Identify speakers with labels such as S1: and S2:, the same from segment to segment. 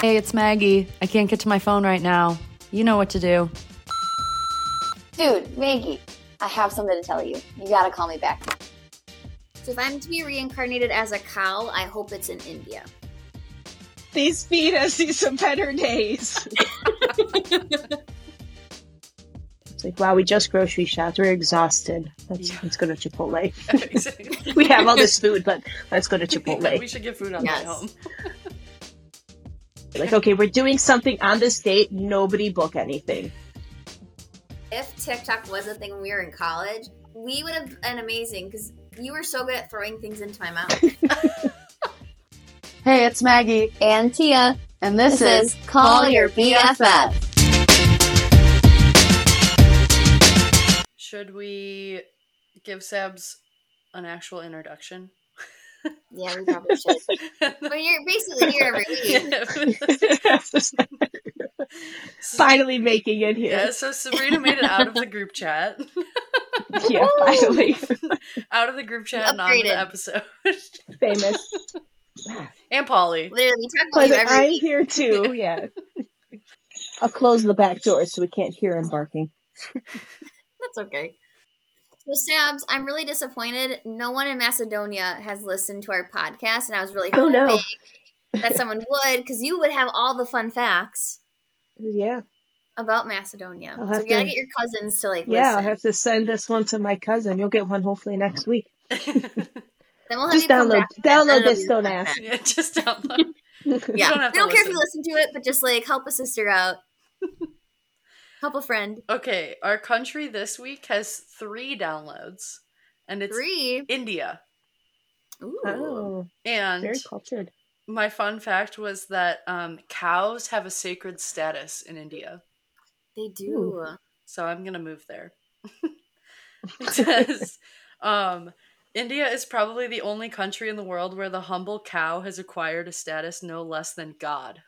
S1: Hey, it's Maggie. I can't get to my phone right now. You know what to do.
S2: Dude, Maggie, I have something to tell you. You gotta call me back.
S3: So if I'm to be reincarnated as a cow, I hope it's in India.
S4: These feet has seen some better days. it's like, wow, we just grocery shopped. We're exhausted. Let's,
S5: Yeah.
S4: let's go to Chipotle.
S5: Exactly.
S4: we have all this food, but let's go to
S5: we
S4: Chipotle.
S5: should get food on
S3: Yes.
S5: the way home.
S4: like, okay, we're doing something on this date. Nobody book anything.
S3: If TikTok was a thing when we were in college, we would have been amazing because you were so good at throwing things into my mouth.
S1: Hey, it's Maggie.
S2: And Tia,
S1: And this,
S2: this is Call Your BFF.
S5: Should we give Sabs an actual introduction?
S3: yeah, we probably should. But you're basically here every week.
S4: finally making it here.
S5: Yeah, so Sabrina made it out of the group chat.
S4: Yeah, finally.
S5: out of the group chat and onto
S3: Upgraded.
S5: the episode.
S4: Famous.
S5: and Polly.
S3: Literally, we talk about
S4: Like,
S3: you every
S4: I'm
S3: week.
S4: here too. Yeah. I'll close the back door so we can't hear him barking.
S3: That's okay. So, Sabs, I'm really disappointed. No one in Macedonia has listened to our podcast, and I was really
S4: Oh,
S3: hoping
S4: no.
S3: that someone would, because you would have all the fun facts
S4: Yeah.
S3: about Macedonia.
S4: I'll
S3: So
S4: have
S3: you gotta
S4: to-
S3: get your cousins to like
S4: Yeah, I'll
S3: listen.
S4: have to send this one to my cousin. You'll get one hopefully next week.
S3: then we'll have
S4: Just
S3: you come
S4: download
S3: back.
S4: download
S3: That'll
S4: this,
S3: be
S4: don't
S3: fun
S4: ask.
S3: fact.
S5: yeah, just download. You
S3: yeah,
S5: don't have
S3: we
S5: to
S3: don't care if you listen to it, but just like help a sister out, help a friend.
S5: Okay, our country this week has three downloads, and it's
S3: Three.
S5: India.
S3: Ooh.
S4: Oh,
S5: And
S4: very cultured.
S5: my fun fact was that um, cows have a sacred status in India.
S3: They do.
S5: So I'm going to move there. it says um, India is probably the only country in the world where the humble cow has acquired a status no less than God.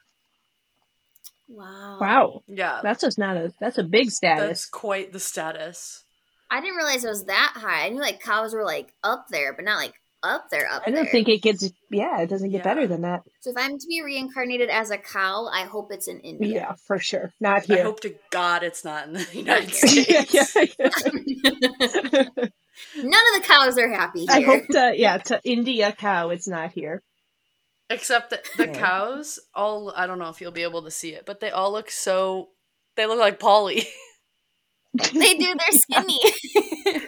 S3: Wow.
S4: Wow.
S5: Yeah,
S4: That's just not a that's a big
S5: that's
S4: status.
S5: quite the status.
S3: I didn't realize it was that high. I knew like cows were like up there, but not like up there, up
S4: I don't
S3: there.
S4: think it gets yeah, it doesn't get
S5: Yeah.
S4: better than that.
S3: So if I'm to be reincarnated as a cow, I hope it's in
S4: Yeah,
S3: India.
S4: for sure. Not
S5: I
S4: here.
S5: hope to God it's not in the United
S4: yeah,
S5: States.
S4: yeah, yeah.
S3: None of the cows are happy
S4: I
S3: here.
S4: hope to yeah, to India cow it's not here.
S5: Except that the
S4: Yeah.
S5: cows all I don't know if you'll be able to see it, but they all look so they look like Polly.
S3: they do. They're skinny.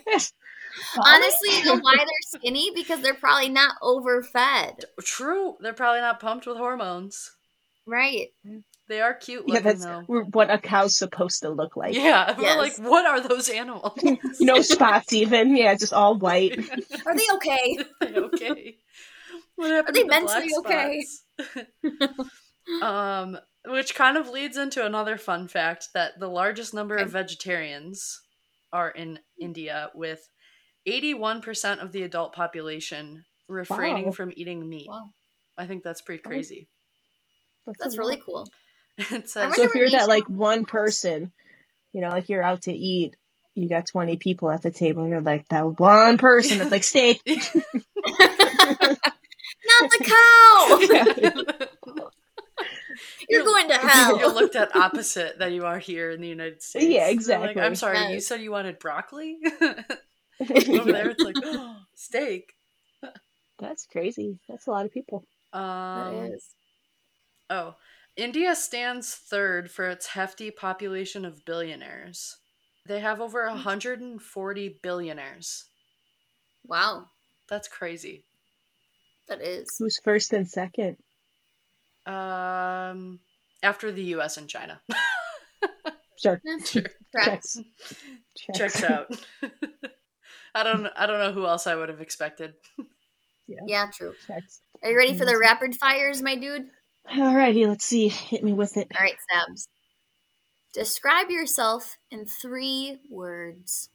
S3: Honestly, I know why they're skinny because they're probably not overfed,
S5: True, they're probably not pumped with hormones.
S3: right?
S5: They are cute
S4: Yeah,
S5: looking
S4: that's
S5: though.
S4: what a cow's supposed to look like.
S5: yeah, we're like,
S3: Yes.
S5: what are those animals?
S4: No spots even. Yeah, just all white.
S3: Are they okay?
S5: okay. What happened
S3: they
S5: to the black
S3: mentally okay?
S5: spots? um, which kind of leads into another fun fact that the largest number of vegetarians are in India, with eighty-one percent of the adult population refraining
S4: Wow.
S5: from eating meat.
S3: Wow.
S5: I think that's pretty crazy.
S3: That's really cool.
S5: It says
S4: So if you're that like one person, you know, like you're out to eat, you got 20 people at the table, and you're like that one person that's like steak.
S3: Not the cow. You're
S5: You're-
S3: going to
S5: you're
S3: hell.
S5: looked at opposite that you are here in the United States.
S4: Yeah,
S5: They're like,
S4: exactly.
S5: I'm sorry, you
S3: Yes.
S5: said you wanted broccoli. Over there, it's like oh, steak.
S4: That's crazy. That's a lot of people.
S5: Um,
S3: That is.
S5: oh, India stands third for its hefty population of billionaires. They have over 140 billionaires.
S3: Wow.
S5: That's crazy.
S3: That is.
S4: Who's first and second?
S5: Um, after the U.S. and China,
S4: Sure.
S3: Correct.
S4: Checks. Checks.
S5: checks out. I don't. I don't know who else I would have expected.
S3: Yeah, true.
S4: Checks.
S3: Are you ready for the rapid fires, my dude?
S4: Alrighty, let's see. Hit me with it.
S3: All right, Sabs. Describe yourself in three words.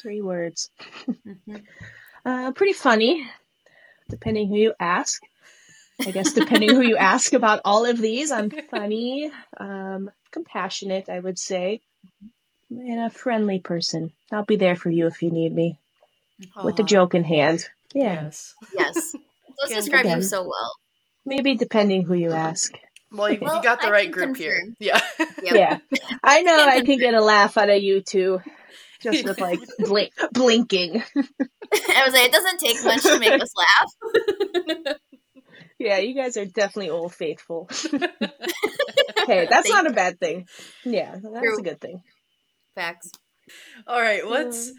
S4: Three words. Uh, pretty funny, depending who you ask. I guess depending who you ask about all of these, I'm funny, um, compassionate, I would say, and a friendly person. I'll be there for you if you need me with a
S5: Aw.
S4: joke in hand. Yeah.
S5: Uh-huh. Yes.
S3: Yes. Those
S5: Good.
S3: describe
S4: Again.
S3: you so well.
S4: Maybe depending who you ask.
S5: Well, you,
S3: Well,
S5: you got the
S3: I
S5: right
S3: can
S5: group here.
S3: confirm.
S5: Yeah.
S3: Yep.
S4: Yeah. I know I can get a laugh out of you two just with like blink- blinking.
S3: I was like, it doesn't take much to make us laugh.
S4: Yeah, you guys are definitely old faithful. hey, that's not a bad thing. Yeah, that's
S3: True.
S4: a good thing.
S3: Facts.
S5: All right. What's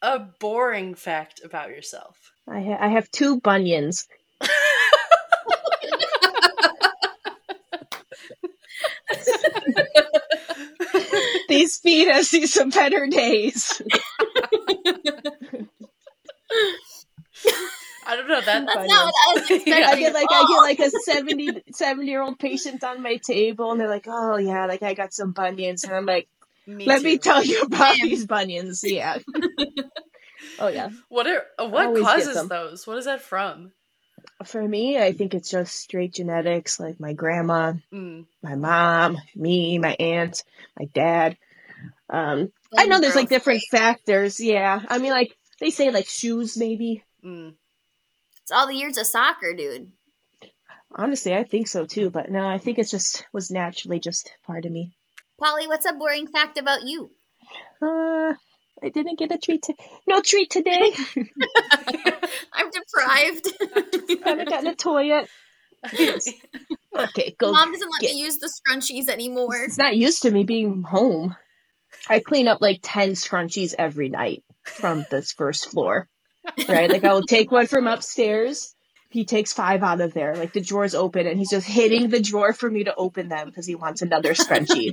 S5: a boring fact about yourself?
S4: I, ha- I have two bunions. These feet have seen some better days.
S5: I don't know that.
S3: That's not what I was expecting.
S5: Yeah.
S4: I get like
S3: Oh,
S4: I get like a 70, 70 year old patient on my table, and they're like, "Oh yeah, like I got some bunions," and I'm like,
S5: Me
S4: "Let me
S5: too.
S4: tell you about these bunions." Yeah. oh yeah.
S5: What are uh, what
S4: always get
S5: causes
S4: them.
S5: those? What is that from?
S4: For me, I think it's just straight genetics, like my grandma,
S5: Mm.
S4: my mom, me, my aunt, my dad. Um, I know there's like
S3: girls.
S4: different factors. Yeah, I mean, like they say, like shoes, maybe.
S5: Mm.
S3: It's all the years of soccer, dude.
S4: Honestly, I think so too. But no, I think it's just was naturally just part of me.
S3: Polly, what's a boring fact about you?
S4: Uh, I didn't get a treat. To- no treat today.
S3: I'm deprived.
S4: I haven't gotten a toy yet. Okay, go.
S3: Mom doesn't let
S4: get-
S3: me use the scrunchies anymore.
S4: It's not used to me being home. I clean up like 10 scrunchies every night from this first floor. Right? Like, I will take one from upstairs. He takes five out of there. Like, the drawer's open, and he's just hitting the drawer for me to open them because he wants another scrunchie.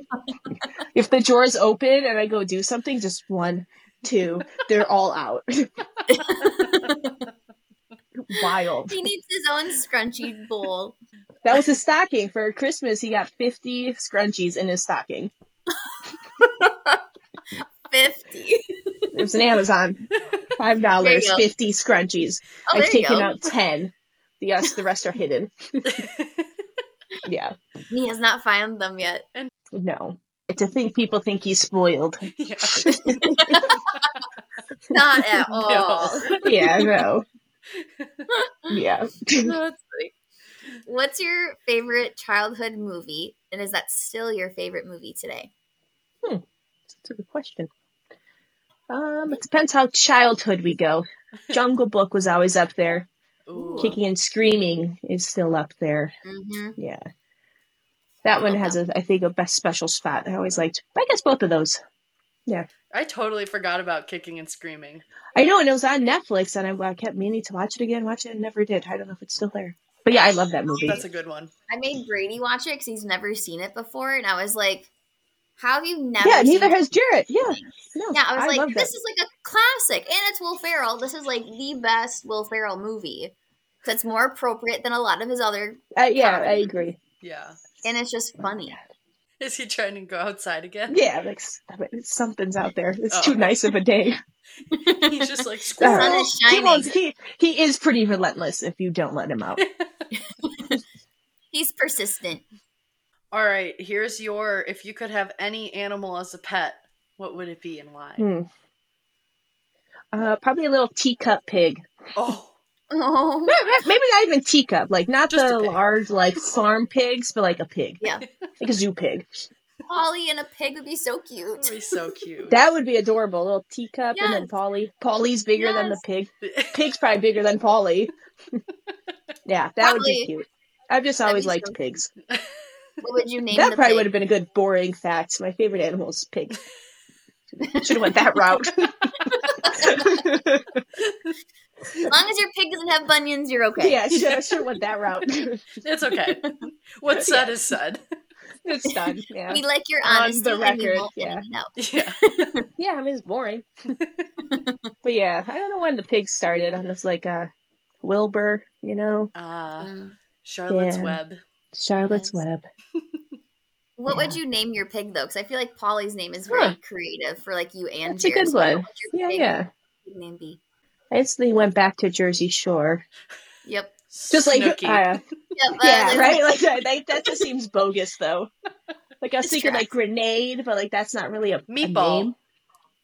S4: if the drawer's open and I go do something, just one, two, they're all out. Wild.
S3: He needs his own scrunchie bowl.
S4: That was his stocking. For Christmas, he got 50 scrunchies in his stocking.
S3: 50.
S4: It was an Amazon. Five dollars,
S3: go.
S4: fifty scrunchies.
S3: Oh, there
S4: I've
S3: you
S4: taken
S3: go.
S4: out ten. The yes, the rest are hidden. yeah.
S3: He has not found them yet.
S4: No. To think people think he's spoiled.
S5: Yeah.
S3: Not at all.
S5: No.
S4: Yeah, no. yeah.
S5: That's funny.
S3: What's your favorite childhood movie? And is that still your favorite movie today?
S4: That's a good question. Um, it depends how childhood we go. Jungle Book was always up there.
S5: Ooh.
S4: Kicking and Screaming is still up there.
S3: Mm-hmm.
S4: Yeah. That one has a I think a best special spot. I always liked I guess both of those.
S5: I totally forgot about kicking and screaming.
S4: I know, and it was on Netflix, and I, I kept meaning to watch it again, watch it, and never did. I don't know if it's still there. But yeah, I love that movie.
S5: That's a good one.
S3: I made Brady watch it because he's never seen it before, and I was like, "How have you never?"
S4: yeah,
S3: seen
S4: neither
S3: this
S4: has Jarrett. Yeah, no,
S3: Yeah, I was like,
S4: love
S3: this
S4: that.
S3: is like a classic, and it's Will Ferrell. This is like the best Will Ferrell movie. So it's more appropriate than a lot of his other,
S4: Uh, yeah, I agree.
S5: Yeah.
S3: and it's just funny.
S5: Is he trying to go outside again?
S4: Yeah, like stop it. something's out there. It's
S5: Oh.
S4: too nice of a day.
S5: He's just like
S3: The
S5: squirrel.
S4: Uh-huh.
S3: sun is
S4: He, won't-
S3: shining.
S4: he he is pretty relentless if you don't let him out.
S3: He's persistent.
S5: All right, here's your if you could have any animal as a pet, what would it be and why?
S4: Hmm. Uh, probably a little teacup pig.
S5: Oh,
S3: Oh,
S4: Maybe not even teacup, like not
S5: Just
S4: the
S5: a pig.
S4: large like farm pigs, but like a pig,
S3: yeah.
S4: like a zoo pig.
S3: Polly and a pig would be so
S5: that
S3: cute.
S5: would be so cute.
S4: That would be adorable. A little teacup and then
S3: Yes.
S4: Polly. Polly's bigger than the
S3: Yes.
S4: pig. Pig's probably bigger than Polly. yeah, that would
S3: Probably.
S4: be cute. I've just always
S3: be
S4: liked
S3: so
S4: pigs.
S3: What would you name
S4: That
S3: the
S4: probably
S3: pig?
S4: would have been a good boring fact. My favorite animal is pig. Should have went that route.
S3: As long as your pig doesn't have bunions, you're okay.
S4: yeah, should have, should have went that route.
S5: it's okay. What's said is said.
S4: it's done. Yeah.
S3: We like your
S4: On the
S3: honesty. and we
S4: record,
S3: won't let
S4: yeah.
S3: you know.
S5: Yeah.
S4: Yeah, I mean it's boring. but yeah, I don't know when the pig started. I was like uh Wilbur, you know,
S5: Uh,
S3: Mm.
S5: Charlotte's
S4: Yeah.
S5: Web.
S4: Charlotte's
S3: Yes.
S4: Web.
S3: What would you name your pig though? Because I feel like Polly's name is very
S4: Huh.
S3: creative for like you and
S4: That's a
S3: Jared.
S4: good
S3: So what
S4: one.
S3: would your
S4: Yeah,
S3: pig
S4: yeah.
S3: Name be.
S4: I instantly went back to Jersey Shore.
S3: Yep.
S4: Just like,
S5: Snooki.
S4: uh,
S3: Yep. uh,
S4: yeah,
S3: like-
S4: right? Like, that- like, that just seems bogus, though. Like, I was
S3: It's
S4: thinking,
S3: trash.
S4: like, grenade, but, like, that's not really a a
S5: Meatball.
S4: name.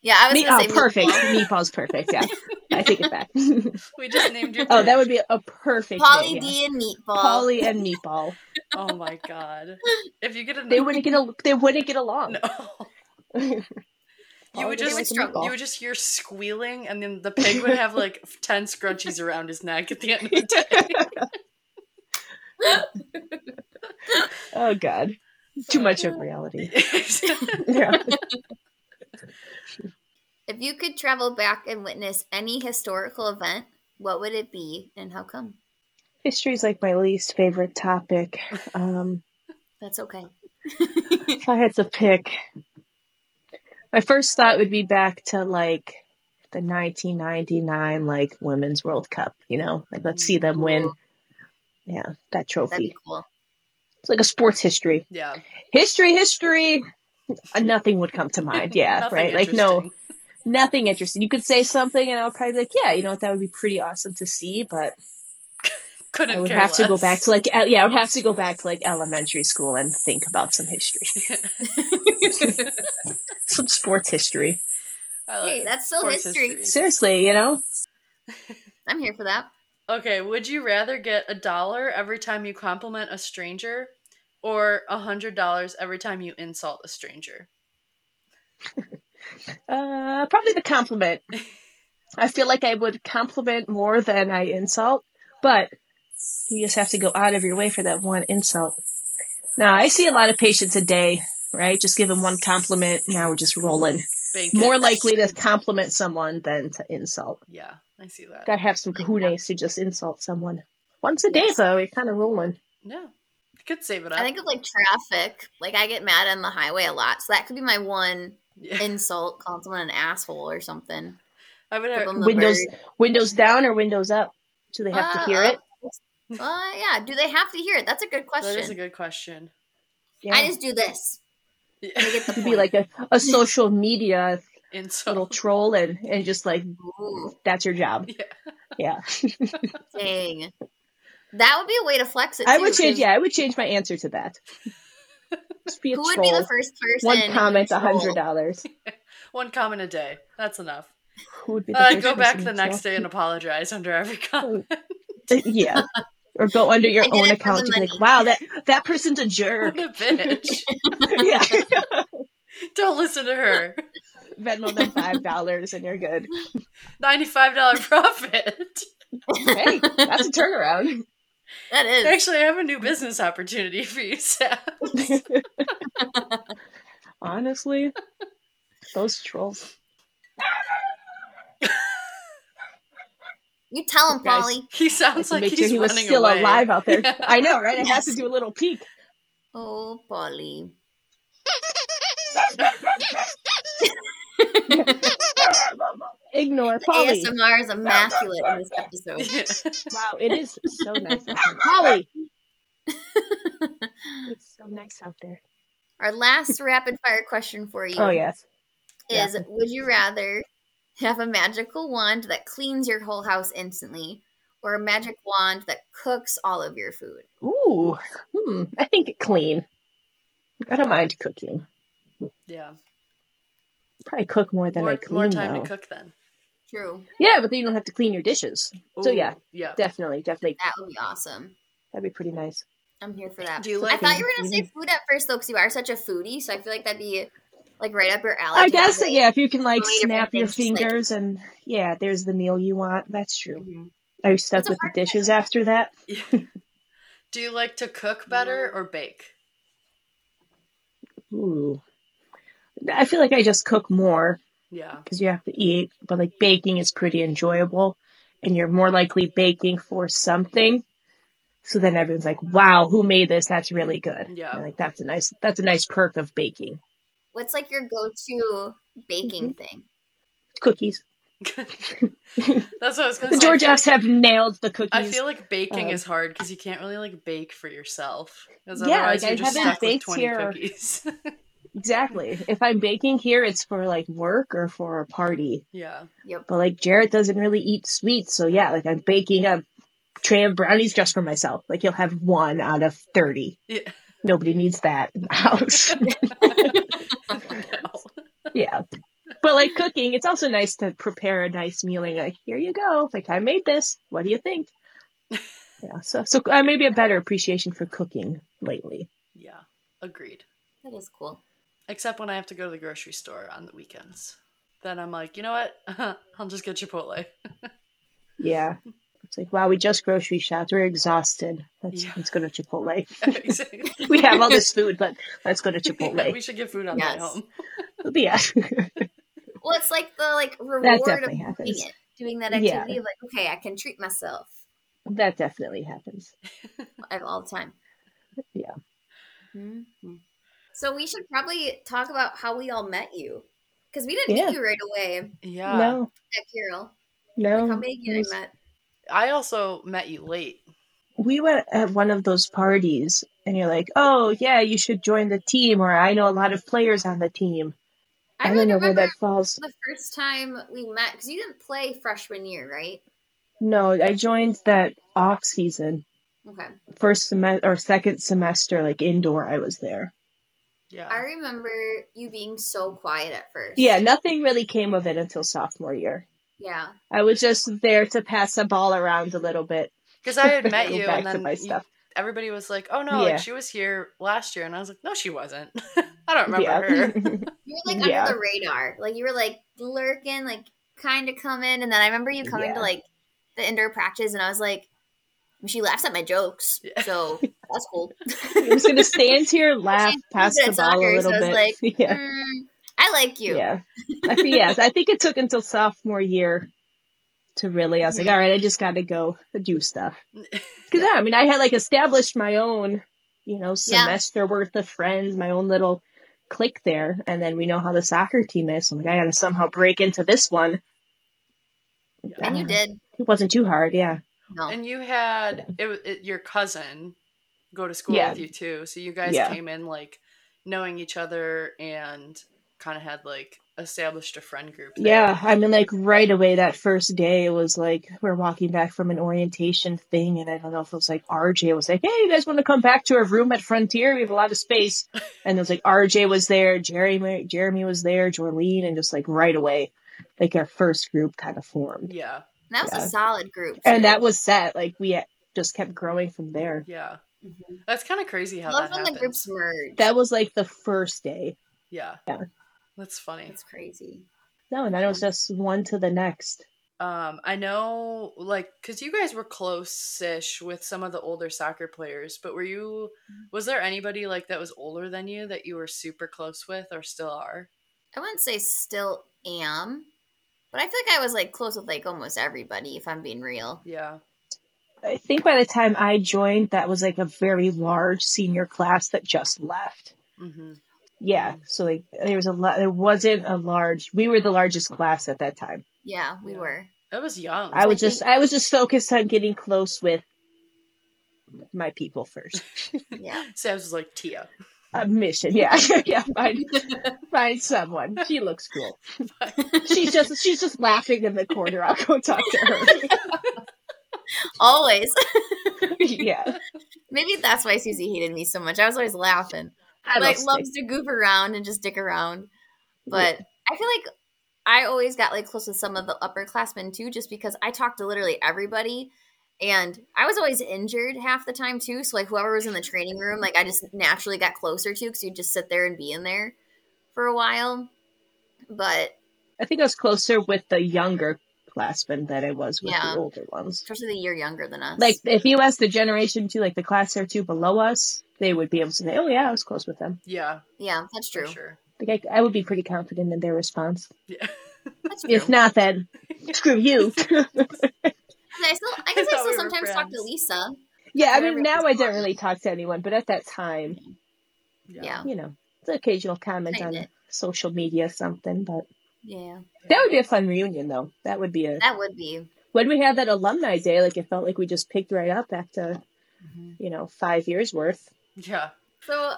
S3: Yeah, I was
S4: Me-
S3: gonna
S4: oh,
S3: say
S4: perfect.
S3: meatball.
S4: Meatball's perfect, yeah. I take it back.
S5: We just named your.
S4: oh,
S5: pig.
S4: that would be a perfect
S3: Polly
S4: name, yeah.
S3: D and Meatball.
S4: Polly and Meatball.
S5: Oh my god! If you get a
S4: They wouldn't get al- they wouldn't get along.
S5: No. You
S4: Polly
S5: would
S4: D
S5: just
S4: and
S3: struggle.
S4: Meatball.
S5: you would just hear squealing, and then the pig would have like ten scrunchies around his neck at the end of the day.
S4: Oh god. Too much of reality. Yeah.
S3: If you could travel back and witness any historical event, what would it be and how come?
S4: History is like my least favorite topic. Um,
S3: That's okay.
S4: if I had to pick, my first thought would be back to like the 1999 like Women's World Cup. You know, like let's see them win.
S5: Mm-hmm.
S4: Yeah, that
S3: That'd
S4: trophy.
S3: be cool.
S4: It's like a sports history.
S5: yeah.
S4: History, history. Uh, Nothing would come to mind. Yeah,
S5: Nothing
S4: right. Like no,
S5: interesting.
S4: nothing interesting. You could say something, and I'll probably be like, yeah, you know what? That would be pretty awesome to see, but
S5: Couldn't
S4: I would
S5: care
S4: have to go
S5: less.
S4: back to like el- yeah, I would have to go back to like elementary school and think about some history, some sports history. uh,
S5: I like
S3: Hey,
S5: it.
S3: that's still
S5: Sports
S3: history.
S5: history.
S4: Seriously, you know,
S3: I'm here for that.
S5: Okay, would you rather get a dollar every time you compliment a stranger or a hundred dollars every time you insult a stranger?
S4: uh, probably the compliment. I feel like I would compliment more than I insult, but you just have to go out of your way for that one insult. Now I see a lot of patients a day, right? Just give them one compliment. Now we're just rolling.
S5: Bank it.
S4: More likely to compliment someone than to insult.
S5: Yeah, I see that.
S4: Gotta have some kahunas to just insult someone. Once a day, though, you're kind of rolling.
S5: Yeah. You could save it up.
S3: I think of like traffic. Like I get mad on the highway a lot, so that could be my one
S5: yeah.
S3: insult, calling someone an asshole or something.
S5: I would
S3: Give
S5: have
S3: them the
S4: Windows-
S3: bird.
S4: Windows down or windows up? Do they have to hear it?
S3: Uh, uh, yeah. Do they have to hear it? That's a good question.
S5: that is a good question.
S4: Yeah.
S3: I just do this. I get the
S4: It'd be like a, a social media little
S5: insult.
S4: troll and, and just like
S3: Ooh,
S4: that's your job.
S5: Yeah.
S4: Yeah.
S3: dang. That would be a way to flex it.
S4: I
S3: too,
S4: would change
S3: 'cause
S4: yeah, I would change my answer to that. Just be a
S3: Who would
S4: troll.
S3: be the first person?
S4: One comment, a
S3: who would
S4: hundred
S3: troll?
S4: dollars.
S5: One comment a day. That's enough.
S4: Who would be the
S5: Uh,
S4: first
S5: go back
S4: person
S5: the
S4: to
S5: next day and apologize under every comment.
S4: troll? yeah. Or go under your
S3: I did
S4: own
S3: it for
S4: account
S3: the
S4: and be
S3: money.
S4: like, wow, that, that person's a jerk.
S5: What a bitch.
S4: yeah.
S5: Don't listen to her.
S4: Venmo them five dollars and you're good.
S5: $95 profit.
S4: Hey, that's a turnaround.
S3: That is.
S5: Actually, I have a new business opportunity for you, Sam.
S4: Honestly, those trolls.
S3: You tell him,
S4: Guys,
S3: Polly.
S5: He sounds
S4: to
S5: like
S4: make
S5: he's
S4: sure he was
S5: running
S4: still
S5: away.
S4: alive out there.
S5: Yeah.
S4: I know, right? I
S3: Yes.
S4: had to do a little peek.
S3: Oh, Polly.
S4: Ignore Polly.
S3: ASMR is immaculate in this episode.
S5: Yeah.
S4: Wow, it is so nice out there. Polly! it's so nice out there.
S3: Our last rapid fire question for you
S4: Oh, yes.
S3: is Would you rather have a magical wand that cleans your whole house instantly or a magic wand that cooks all of your food?
S4: Ooh, hmm. I think it clean. I don't mind cooking.
S5: yeah.
S4: Probably cook more than I
S5: More,
S4: clean,
S5: more time
S4: though.
S5: to cook then.
S3: True.
S4: Yeah, but then you don't have to clean your dishes. So,
S5: Ooh,
S4: yeah.
S5: Yeah.
S4: Definitely, definitely.
S3: That would be awesome.
S4: That'd be pretty nice.
S3: I'm here for that.
S5: Do you
S3: I
S5: like
S3: thought you were going to say food at first, though, because you are such a foodie. So I feel like that'd be like right up your alley.
S4: I guess that, yeah, if you can, like,
S3: Only different
S4: snap your
S3: things, just, like-
S4: fingers and, yeah, there's the meal you want. That's true.
S3: Mhm.
S4: Are you stuck
S3: That's a
S4: with the dishes after that?
S5: Do you like to cook better or bake?
S4: Ooh. I feel like I just cook more
S5: Yeah.
S4: because you have to eat, but like baking is pretty enjoyable and you're more likely baking for something. So then everyone's like, "Wow, who made this? That's really good."
S5: Yeah.
S4: And, like that's a nice that's a nice perk of baking.
S3: What's like your go to baking
S4: Mm-hmm.
S3: thing?
S4: Cookies.
S5: That's what I was going
S4: The
S5: to say.
S4: George F's have nailed the cookies.
S5: I feel like baking
S4: um,
S5: is hard because you can't really like bake for yourself. 'Cause
S4: Yeah,
S5: otherwise
S4: like, I
S5: you're just
S4: haven't
S5: stuck with
S4: baked
S5: 20
S4: here.
S5: cookies.
S4: exactly. If I'm baking here, it's for like work or for a party.
S5: yeah.
S3: Yep.
S4: But like Jarrett doesn't really eat sweets, so yeah, like I'm baking a tray of brownies just for myself. Like he'll have one out of thirty.
S5: Yeah.
S4: Nobody needs that in the house.
S5: No.
S4: yeah. but like cooking, it's also nice to prepare a nice meal and like, here you go. Like I made this. What do you think? Yeah. So so uh, maybe a better appreciation for cooking lately.
S5: Yeah, agreed.
S3: That is cool.
S5: Except when I have to go to the grocery store on the weekends. Then I'm like, you know what? I'll just get Chipotle.
S4: Yeah. It's like wow, we just grocery shopped. We're exhausted. Let's
S5: Yeah.
S4: let's go to Chipotle.
S5: Exactly.
S4: we have all this food, but let's go to
S5: Yeah,
S4: Chipotle.
S5: we should get food on
S3: Yes.
S5: the way home.
S4: yeah.
S3: Well, it's like the like
S4: that
S3: reward of
S4: definitely
S3: doing
S4: happens.
S3: it, doing that
S4: Yeah.
S3: activity. of Like, okay, I can treat myself
S4: That definitely happens.
S3: I- all the time.
S4: Yeah.
S3: Mhm. So we should probably talk about how we all met you, because we didn't
S4: Yeah.
S3: meet you right away
S5: Yeah.
S4: no,
S3: at Carol. Like,
S4: no.
S3: how Maggie and
S4: Yes.
S3: I met.
S5: I also met you late.
S4: we went at one of those parties and you're like, oh, yeah, you should join the team, or I know a lot of players on the team. I,
S3: I, really
S4: don't know where
S3: remember
S4: that falls.
S3: the first time we met because you didn't play freshman year, right?
S4: No, I joined that off season,
S3: Okay.
S4: first semester or second semester, like indoor, I was there.
S5: Yeah.
S3: I remember you being so quiet at first.
S4: Yeah, nothing really came of it until sophomore year.
S3: Yeah.
S4: I was just there to pass the ball around a little bit.
S5: Because I had met
S4: Go
S5: you,
S4: back
S5: and
S4: to
S5: then
S4: my
S5: you-
S4: stuff.
S5: everybody was like, "Oh no,
S4: Yeah.
S5: like she was here last year," and I was like, "No, she wasn't. I don't remember
S4: yeah.
S5: her."
S3: You were like
S4: Yeah.
S3: under the radar. Like you were like lurking, like kind of coming. And then I remember you coming
S4: Yeah.
S3: to like the indoor practice, and I was like, she laughs at my jokes.
S5: Yeah.
S3: So that's cool.
S4: I was gonna stand here, laugh,
S3: She's
S4: pass
S3: good
S4: the
S3: at
S4: ball
S3: soccer,
S4: a little
S3: so I was
S4: bit.
S3: like,
S4: yeah.
S3: Mm, I like you.
S4: Yeah. I think, yes, I think it took until sophomore year to really, I was like, all right, I just got to go do stuff. Because, yeah. I mean, I had like established my own, you know,
S3: Yeah.
S4: semester worth of friends, my own little clique there. And then we know how the soccer team is. So I'm like, I got to somehow break into this one. Uh,
S3: And you did.
S4: It wasn't too hard. Yeah.
S3: No.
S5: and you had it, wa- it, your cousin go to school
S4: Yeah.
S5: with you too, so you guys
S4: Yeah.
S5: came in like knowing each other and kind of had like established a friend group. there.
S4: Yeah. I mean, like right away that first day it was like, we're walking back from an orientation thing. And I don't know if it was like RJ was like, hey, you guys want to come back to our room at Frontier? We have a lot of space. And it was like RJ was there, Jeremy, Jeremy was there, Jorleen, and just like right away, like our first group kind of formed.
S5: yeah,
S3: And that was
S4: Yeah.
S3: a solid group.
S4: And
S3: too.
S4: that was set. Like we just kept growing from there.
S5: yeah.
S3: Mhm.
S5: That's kind of crazy how
S3: Love
S5: that
S3: when
S5: happens.
S3: the groups merge.
S4: That was like the first day.
S5: yeah.
S4: Yeah.
S5: that's funny.
S3: That's crazy.
S4: No, and then it was just one to the next.
S5: Um, I know, like, because you guys were close-ish with some of the older soccer players, but were you?
S3: Mm-hmm.
S5: Was there anybody like that was older than you that you were super close with, or still are?
S3: I wouldn't say still am, but I feel like I was like close with like almost everybody. If I'm being real,
S5: Yeah,
S4: I think by the time I joined, that was like a very large senior class that just left.
S5: hmm
S4: Yeah, so like there was a lot. There wasn't a large. We were the largest class at that time.
S3: yeah, we
S5: Yeah.
S3: were.
S5: that was young.
S4: I was just I was just focused on getting close with my people first.
S3: Yeah,
S5: Sabs was like Tia.
S4: A mission, yeah, yeah. Find, find someone. She looks cool. She's just she's just laughing in the corner. I'll go talk to
S3: always.
S4: her. yeah,
S3: Maybe that's why Susie hated me so much. I was always laughing.
S4: I
S3: like
S4: don't
S3: loves to goof around and just dick around. But I feel like I always got like close with some of the upperclassmen too, just because I talked to literally everybody. And I was always injured half the time too. So like whoever was in the training room, like I just naturally got closer to because you'd just sit there and be in there for a while. But
S4: I think I was closer with the younger classmen than I was with
S3: Yeah.
S4: the older ones.
S3: especially the year younger than us.
S4: Like if you asked the generation two, like the class or two below us, they would be able to say, "Oh yeah, I was close with them."
S5: Yeah,
S3: Yeah, that's true.
S5: for sure.
S4: Like I, I would be pretty confident in their response.
S5: Yeah,
S3: That's true.
S4: If not, then screw you.
S3: I still I guess
S5: I
S3: I
S5: thought
S3: still
S5: we were
S3: sometimes talk to
S5: friends.
S3: Lisa.
S4: yeah, I
S3: Whatever
S4: mean now
S3: was
S4: I don't
S3: fun.
S4: really talk to anyone, but at that time,
S3: Yeah.
S4: you know, it's an occasional comment
S3: Kinda.
S4: on social media or something. But
S3: Yeah.
S4: that would be a fun reunion, though. That would be a
S3: That would be.
S4: when we had that alumni day. Like it felt like we just picked right up after
S3: Mhm.
S4: you know five years worth.
S5: yeah.
S3: So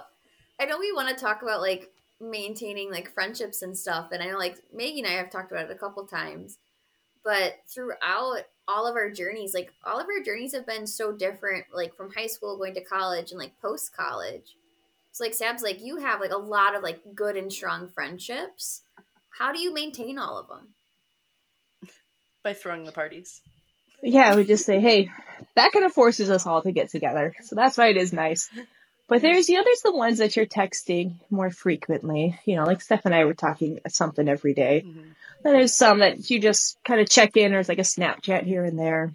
S3: I know we want to talk about like maintaining like friendships and stuff, and I know like Maggie and I have talked about it a couple times, but throughout all of our journeys, like all of our journeys have been so different, like from high school going to college and like post college. So like Sab's like you have like a lot of like good and strong friendships. How do you maintain all of them?
S5: by throwing the parties.
S4: Yeah, we just say, hey, that kind of forces us all to get together. So that's why it is nice. But there's, you know, there's the ones that you're texting more frequently. You know, like Steph and I were talking something every day.
S5: Mhm.
S4: Then there's some that you just kind of check in, or it's like a Snapchat here and there.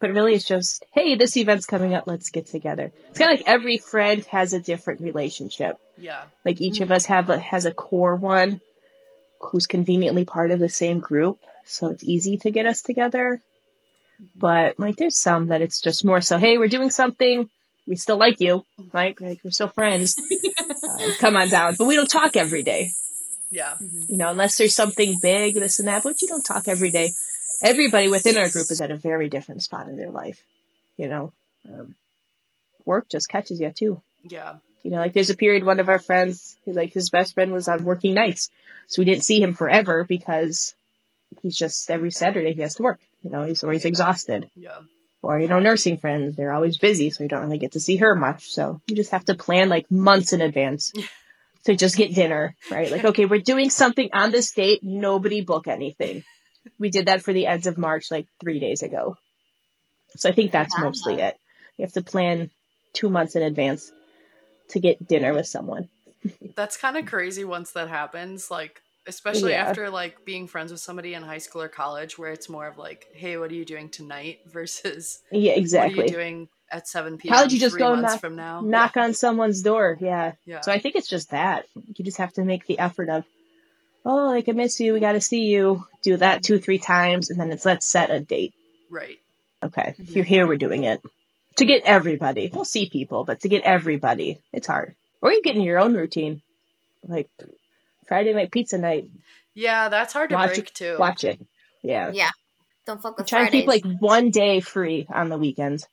S4: But really, it's just, hey, this event's coming up. Let's get together. It's kind of like every friend has a different relationship.
S5: Yeah.
S4: Like each of us have a, has a core one, who's conveniently part of the same group, so it's easy to get us together. But like, there's some that it's just more so. Hey, we're doing something. We still like you, like like we're still friends. Uh, come on down, but we don't talk every day
S5: Yeah.
S4: you know, unless there's something big, this and that, but you don't talk every day. Everybody within our group is at a very different spot in their life, you know. Um, work just catches you too.
S5: Yeah.
S4: You know, like there's a period one of our friends, who, like his best friend was on working nights, so we didn't see him forever because he's just every Saturday he has to work. You know, he's always exhausted.
S5: Yeah.
S4: Or you know, nursing friends, they're always busy, so you don't really get to see her much. So you just have to plan like months in advance to just get dinner, right? Like, okay, we're doing something on this date. Nobody book anything. We did that for the ends of March, like three days ago. So I think that's mostly it. You have to plan two months in advance to get dinner with someone.
S5: That's kind of crazy once that happens. Like, especially
S4: Yeah.
S5: after like being friends with somebody in high school or college, where it's more of like, "Hey, what are you doing tonight?" versus
S4: Yeah,
S5: "What are you
S4: exactly.
S5: doing at seven p.m."
S4: How'd you just
S5: three
S4: go
S5: months
S4: knock-
S5: from now?
S4: Knock on someone's door. Yeah.
S5: Yeah.
S4: So I think it's just that. You just have to make the effort of, oh, like I miss you. We got to see you. Do that two, three times. And then it's let's set a date.
S5: right.
S4: Okay.
S3: Mm-hmm.
S4: If you're here, we're doing it. To get everybody. We'll see people, but to get everybody, it's hard. Or you get in your own routine. Like Friday night pizza night.
S5: Yeah, that's hard to
S4: Watch
S5: break too.
S4: Watch it. Yeah.
S3: Yeah. Don't fuck with
S4: try to
S3: Fridays.
S4: keep like one day free on the weekends.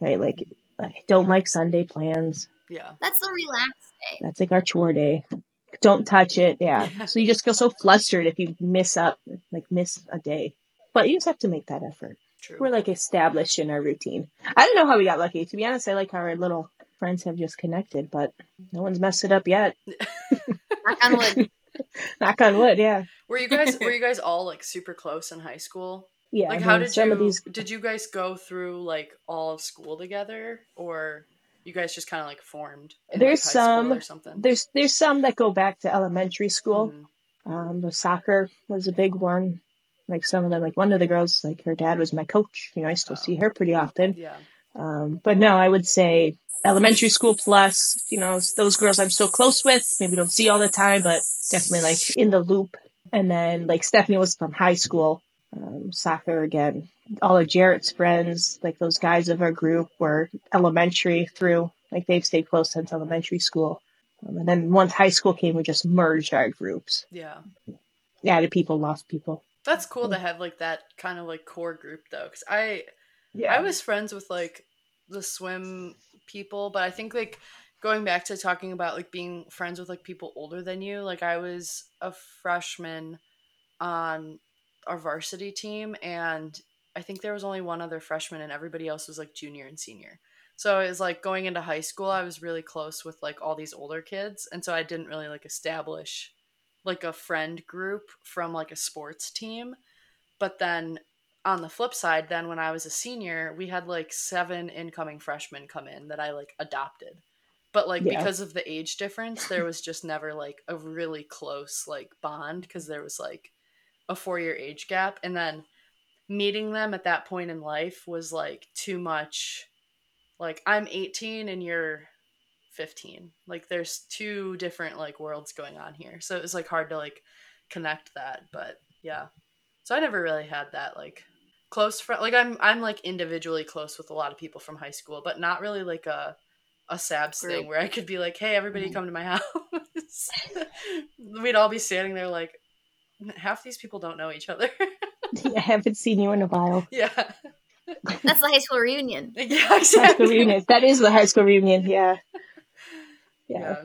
S4: Right? Like I don't like Sunday plans.
S5: Yeah.
S3: That's the relax day.
S4: That's like our chore day. Don't touch it. Yeah. So you just feel so flustered if you miss up, like miss a day. But you just have to make that effort.
S5: True.
S4: We're like established in our routine. I don't know how we got lucky. To be honest, I like how our little friends have just connected, but no one's messed it up yet.
S3: Knock on wood.
S4: Knock on wood. Yeah.
S5: were you guys were you guys all like super close in high school?
S4: Yeah.
S5: Like
S4: I
S5: how
S4: mean,
S5: did
S4: some
S5: you
S4: of these?
S5: did you guys go through like all of school together or you guys just kind of like formed in, like,
S4: There's
S5: high
S4: some-
S5: school or something?
S4: There's there's some that go back to elementary school.
S5: Mhm.
S4: Um, the soccer was a big one. Like some of them, like one of the girls, like her dad was my coach. You know, I
S5: Oh.
S4: still see her pretty often.
S5: Yeah.
S4: Um, but no, I would say elementary school plus, you know, those girls I'm still close with, maybe don't see all the time, but definitely like in the loop. And then like Stephanie was from high school, um, soccer again. All of Jarrett's friends, like those guys of our group were elementary through, like they've stayed close since elementary school. Um, and then once high school came, we just merged our groups,
S5: Yeah.
S4: added people, lost people.
S5: That's cool to have like that kind of like core group though cuz I I was friends with like the swim people, but I think like going back to talking about like being friends with like people older than you, like I was a freshman on our varsity team and I think there was only one other freshman and everybody else was like junior and senior. So it was like going into high school, I was really close with like all these older kids and so I didn't really like establish like a friend group from like a sports team. But then on the flip side, then when I was a senior, we had like seven incoming freshmen come in that I like adopted. But like
S4: Yeah.
S5: because of the age difference, there was just never like a really close like bond because there was like a four year age gap. And then meeting them at that point in life was like too much. Like I'm 18 and you're 15. Like there's two different like worlds going on here. So it was like hard to like connect that. But yeah. So I never really had that like close friend. Like I'm I'm like individually close with a lot of people from high school, but not really like a a Sabs thing
S3: Group. Mm-hmm.
S5: where I could be like, hey, everybody come to my house. We'd all be standing there like half these people don't know each other.
S4: I haven't seen you in a while.
S5: yeah.
S3: That's the high school reunion.
S5: Yeah,
S4: High school
S5: exactly.
S4: reunion. That is the high school reunion. Yeah. Yeah.
S5: Yeah.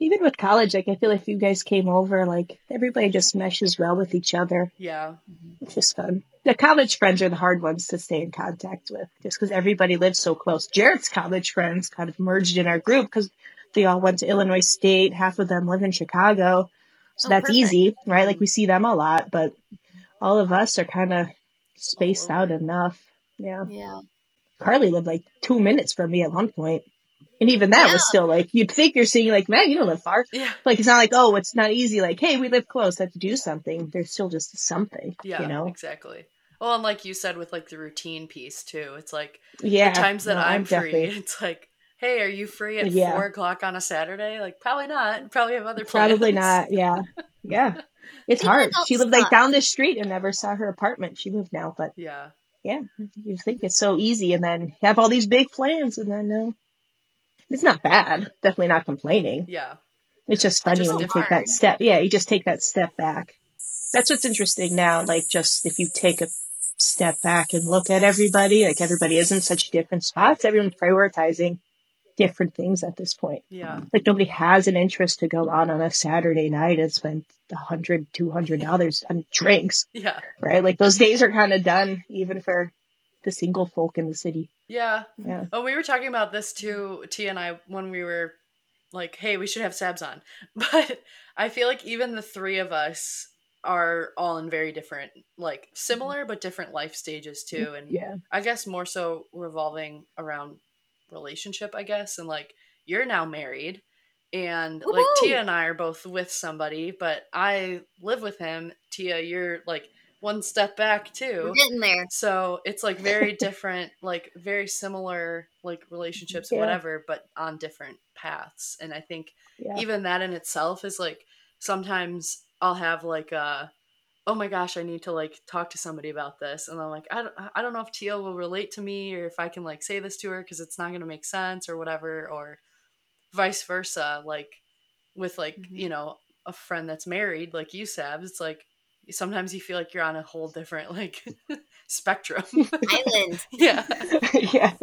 S4: Even with college, like I feel like if you guys came over, like everybody just meshes well with each other.
S5: Yeah.
S4: It's just fun. The college friends are the hard ones to stay in contact with just because everybody lives so close. Jared's college friends kind of merged in our group because they all went to Illinois State. Half of them live in Chicago. So
S3: Oh,
S4: that's
S3: perfect.
S4: easy, right? Like we see them a lot, but all of us are kind of spaced out enough. Yeah.
S3: Yeah.
S4: Carly lived like two minutes from me at one point. And even that was still like, you'd think you're seeing like, man, you don't live far.
S5: Yeah.
S4: Like, it's not like, oh, it's not easy. Like, hey, we live close. I have to do something. There's still just something,
S5: Yeah,
S4: you know?
S5: exactly. Well, and like you said with like the routine piece too, it's like
S4: Yeah.
S5: the times that
S4: no,
S5: I'm, free,
S4: definitely-
S5: it's like, hey, are you free at
S4: Yeah.
S5: four o'clock on a Saturday? Like, probably not. Probably have other plans.
S4: Probably not. Yeah. Yeah. It's
S3: People
S4: hard.
S3: don't
S4: She lived like
S3: stop.
S4: down the street and never saw her apartment. She moved now, but
S5: Yeah,
S4: yeah, you think it's so easy and then you have all these big plans and then no. It's not bad. Definitely not complaining.
S5: yeah,
S4: It's just funny
S5: just
S4: when you
S3: hard.
S4: take that step. Yeah, you just take that step back. That's what's interesting now. Like just if you take a step back and look at everybody, like everybody is in such different spots. Everyone's prioritizing different things at this point
S5: yeah,
S4: like nobody has an interest to go out on a Saturday night and spend a hundred, two hundred dollars on drinks,
S5: yeah,
S4: right? Like those days are kind of done, even for the single folk in the city.
S5: yeah.
S4: Yeah,
S5: Oh, we were talking about this too, T and I, when we were like, hey, we should have Sabs on. But I feel like even the three of us are all in very different,
S4: Mm-hmm.
S5: like similar but different life stages too. And
S4: yeah,
S5: I guess more so revolving around relationship, I guess, and like you're now married and like
S3: Woohoo!
S5: Tia and I are both with somebody, but I live with him. Tia, you're like one step back
S3: We're
S5: too.
S3: getting there.
S5: So it's like very different, like very similar like relationships,
S4: Yeah.
S5: whatever, but on different paths. And I think
S4: yeah.
S5: even that in itself is like sometimes I'll have like a oh my gosh I need to like talk to somebody about this and I'm like I don't, I don't know if Teal will relate to me or if I can like say this to her cuz it's not going to make sense or whatever or vice versa like with like
S3: Mhm.
S5: you know a friend that's married like you Sabs it's like sometimes you feel like you're on a whole different like spectrum
S3: Island.
S5: yeah
S4: yeah.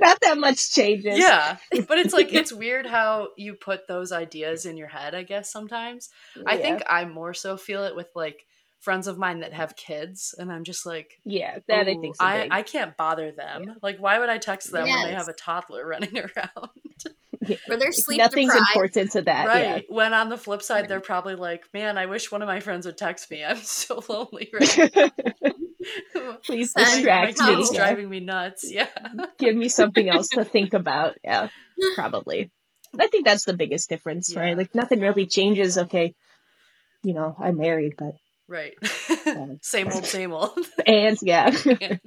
S4: Not that much changes.
S5: yeah but it's like it's weird how you put those ideas in your head I guess sometimes I
S4: Yeah.
S5: think I more so feel it with like friends of mine that have kids, and I'm just like,
S4: Yeah, that I
S5: "Ooh,
S4: think.
S5: I, I can't bother them. Like, why would I text them when they
S3: Yes.
S5: have a toddler running around?
S3: Where they're sleep
S4: nothing's
S3: deprived.
S4: important to that.
S5: right.
S4: Uh, Yeah.
S5: When on the flip side, they're probably like, man, I wish one of my friends would text me. I'm so lonely right now.
S4: Please
S3: Send
S5: my
S4: distract
S5: kid's
S3: my
S4: me.
S3: house.
S4: Yeah.
S5: driving me nuts. Yeah.
S4: Give me something else to think about. Yeah, probably. I think that's the biggest difference,
S5: Yeah.
S4: right? Like nothing really changes. Okay, you know, I'm married, but
S5: Right.
S4: Um,
S5: same old, same old.
S4: and yeah,
S3: Yeah. Well,
S4: The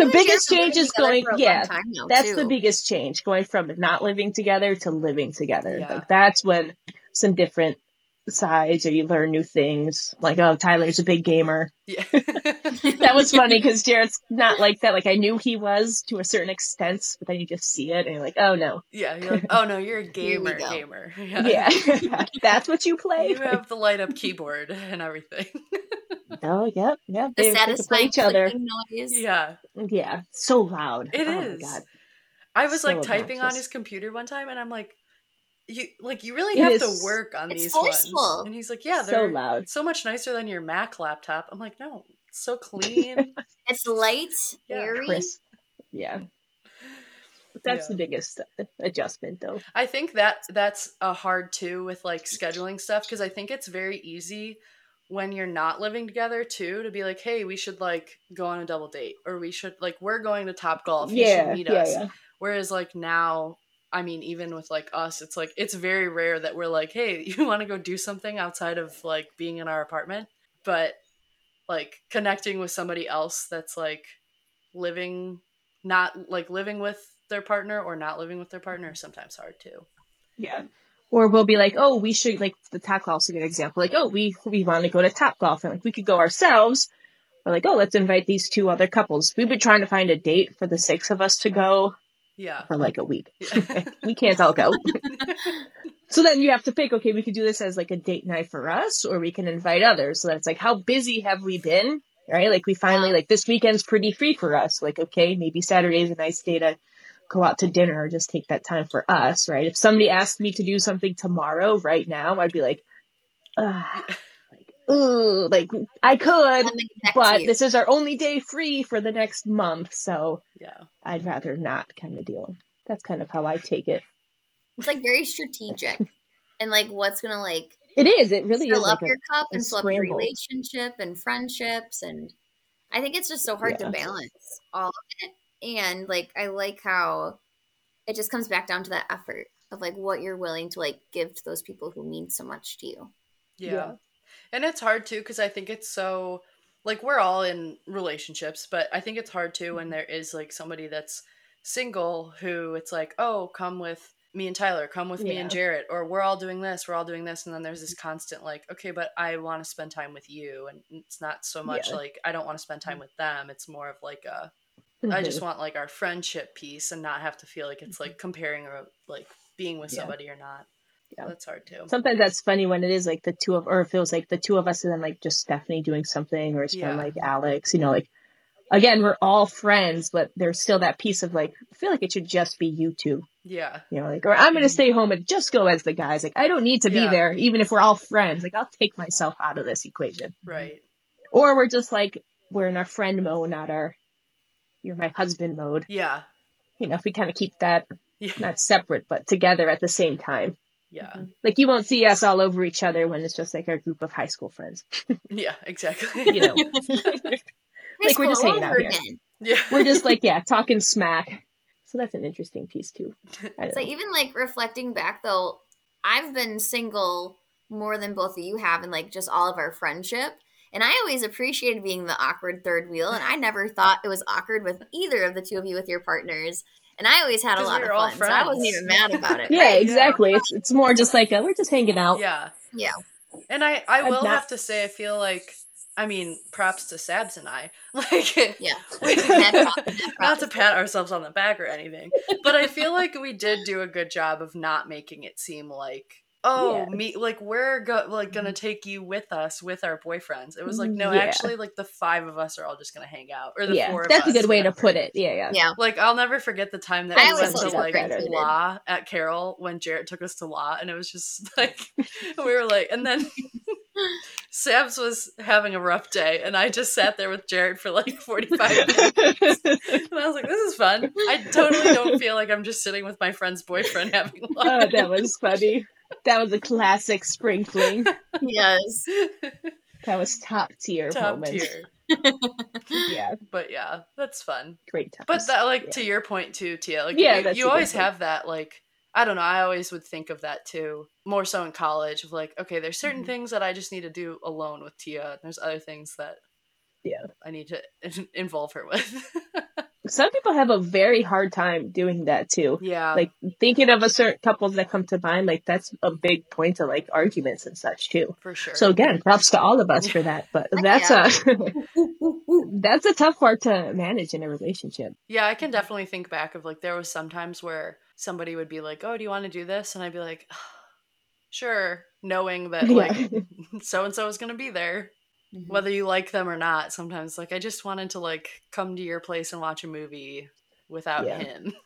S3: you guys
S4: biggest
S3: have been
S4: change is
S3: together
S4: going-
S3: for a long
S4: yeah,
S3: time now,
S4: that's
S3: too.
S4: the biggest change going from not living together to living together.
S5: Yeah.
S4: Like that's when some different sides or you learn new things. Like oh, Tyler's a big gamer.
S5: yeah.
S4: That was funny because Jared's not like that. Like I knew he was to a certain extent, but then you just see it and you're like, oh no,
S5: yeah. You're like, oh no, you're a
S3: Here we
S5: gamer.
S3: go.
S5: Gamer.
S4: yeah, that's what you play.
S5: You have the light up keyboard and everything.
S4: Oh yep, yep.
S3: the
S4: they get to play
S3: satisfying
S4: each other.
S3: clicking noise.
S5: Yeah.
S4: Yeah, so loud.
S5: It is.
S4: oh My God.
S5: I was like
S4: So
S5: typing on
S4: obnoxious.
S5: his computer one time, and I'm like, "You like you really
S4: It
S5: have
S4: is-
S5: to work on
S3: It's
S5: these
S3: forceful.
S5: ones." And he's like, "Yeah,
S4: so
S5: they're so,
S4: loud.
S5: much nicer than your Mac laptop." I'm like, "No, it's so clean."
S3: It's light,
S5: Yeah.
S3: airy.
S4: Chris. Yeah, that's the
S5: Yeah.
S4: biggest adjustment, though.
S5: I think that that's a hard too with like scheduling stuff because I think it's very easy when you're not living together too to be like, "Hey, we should like go on a double date, or we should like we're going to Top Golf. you
S4: yeah,
S5: should meet
S4: yeah,
S5: us."
S4: yeah.
S5: Whereas like now, I mean, even with like us, it's like it's very rare that we're like, hey, you want to go do something outside of like being in our apartment, but like connecting with somebody else that's like living, not like living with their partner or not living with their partner is sometimes hard too.
S4: Yeah. Or we'll be like, oh, we should like the top golf's a good example. Like, oh, we we want to go to top golf, and like we could go ourselves. We're like, oh, let's invite these two other couples. We've been trying to find a date for the six of us to go
S5: Yeah.
S4: for like a week.
S5: Yeah.
S4: We can't all go. so then you have to pick. Okay, we could do this as like a date night for us, or we can invite others. So that's like, how busy have we been? Right? Like we finally like this weekend's pretty free for us. Like, okay, maybe Saturday's a nice day to go out to dinner or just take that time for us, right? If somebody asked me to do something tomorrow, right now, I'd be like, ah, like, ooh, like I could,
S3: Let me get back to
S4: but
S3: you.
S4: this is our only day free for the next month, so
S5: yeah.
S4: I'd rather not kind of deal. That's kind of how I take it.
S3: it's like very strategic and like what's gonna like
S4: It is. It really
S3: fill
S4: is.
S3: up
S4: like a-
S3: your cup and fill up your
S4: scramble.
S3: relationship and friendships and i think it's just so hard
S4: Yeah.
S3: to balance all of it and like i like how it just comes back down to that effort of like what you're willing to like give to those people who mean so much to you
S5: Yeah.
S4: Yeah.
S5: And it's hard too because I think it's so like we're all in relationships, but I think it's hard too
S4: Mm-hmm.
S5: when there is like somebody that's single who it's like, oh, come with me and Tyler, come with me and Jarrett, or we're all doing this, we're all doing this. And then there's this
S4: Mm-hmm.
S5: constant like, okay, but I want to spend time with you. And it's not so much
S4: Yeah. Mm-hmm.
S5: like I don't want to spend time with them. It's more of like a I just want like our friendship piece and not have to feel like it's like comparing or like being with
S4: Mm-hmm. Yeah.
S5: somebody or not.
S4: Yeah.
S5: That's hard too.
S4: Sometimes that's funny when it is like the two of, or it feels like the two of us, and then like just Stephanie doing something, or it's
S5: Yeah.
S4: from like Alex, you know, like again, we're all friends, but there's still that piece of like, I feel like it should just be you two,
S5: Yeah.
S4: you know, like, or I'm going to stay home and just go as the guys. Like, I don't need to
S5: Mm-hmm. Yeah.
S4: be there, even if we're all friends. Like, I'll take myself out of this equation.
S5: Right.
S4: Or we're just like, we're in our friend mode, not our, you're my husband mode.
S5: Yeah.
S4: You know, if we kind of keep that
S5: Yeah.
S4: not separate, but together at the same time.
S5: Yeah.
S4: Like, you won't see us all over each other when it's just like our group of high school friends,
S5: Yeah, exactly.
S4: mm-hmm. you know.
S3: High
S4: Like, we're
S3: school
S4: just hanging
S3: all
S4: out
S3: over
S4: here.
S3: again.
S5: yeah.
S4: we're just like yeah talking smack so that's an interesting piece too I don't
S3: so
S4: know.
S3: even like reflecting back though i've been single more than both of you have and like just all of our friendship and i always appreciated being the awkward third wheel and i never thought it was awkward with either of the two of you with your partners and i always had a
S5: 'Cause
S3: lot
S5: we
S3: of
S5: were all
S3: fun so i wasn't
S5: friends.
S3: even mad about it
S4: yeah exactly it's, it's more just like a, we're just hanging out
S5: yeah.
S3: Yeah.
S5: And I, I
S4: I'm
S5: will
S4: not-
S5: have to say, I feel like, I mean, props to Sabs and I. Like,
S3: yeah
S5: not to pat ourselves on the back or anything, but I feel like we did do a good job of not making it seem like, oh,
S4: Yeah. Mm-hmm.
S5: me, like we're go- like gonna take you with us with our boyfriends. It was like, no,
S4: Mm, Yeah.
S5: actually, like the five of us are all just gonna hang out, or the
S4: yeah
S5: four. of
S4: that's a
S5: us,
S4: good way to
S5: whatever.
S4: put it yeah yeah
S3: yeah
S5: Like I'll never forget the time that
S3: I
S5: we
S3: always
S5: went to
S4: felt
S5: like
S4: better.
S5: La at Carol when Jarrett took us to La, and it was just like we were like, and then Sabs was having a rough day, and I just sat there with Jarrett for like forty five minutes, and I was like, this is fun. I totally don't feel like I'm just sitting with my friend's boyfriend having lunch.
S4: oh that was funny that was a classic spring fling
S3: yes
S4: that was top tier
S5: Top
S4: moment
S5: tier,
S4: yeah
S5: but yeah, that's fun.
S4: great times
S5: But that, like,
S4: Yeah.
S5: to your point too, Tia. Like,
S4: Yeah,
S5: you-
S4: that's
S5: you,
S4: a good
S5: always
S4: point.
S5: have that. Like, I don't know. I always would think of that too, more so in college. Of like, okay, there's certain
S4: Mm-hmm.
S5: things that I just need to do alone with Tia. And there's other things that,
S4: Yeah.
S5: I need to in- involve her with.
S4: some people have a very hard time doing that too
S5: yeah,
S4: like thinking of a certain couples that come to mind like that's a big point of like arguments and such too
S5: for sure.
S4: So again, props to all of us for that. But that's a that's a tough part to manage in a relationship.
S5: Yeah, I
S4: Mm-hmm.
S5: can definitely think back of like there was sometimes where somebody would be like, "Oh, do you want to do this?" and I'd be like, "Sure," knowing that
S4: Yeah.
S5: like so and so is going to be there,
S4: Mm-hmm.
S5: whether you like them or not. Sometimes like I just wanted to like come to your place and watch a movie without
S4: Yeah.
S5: him.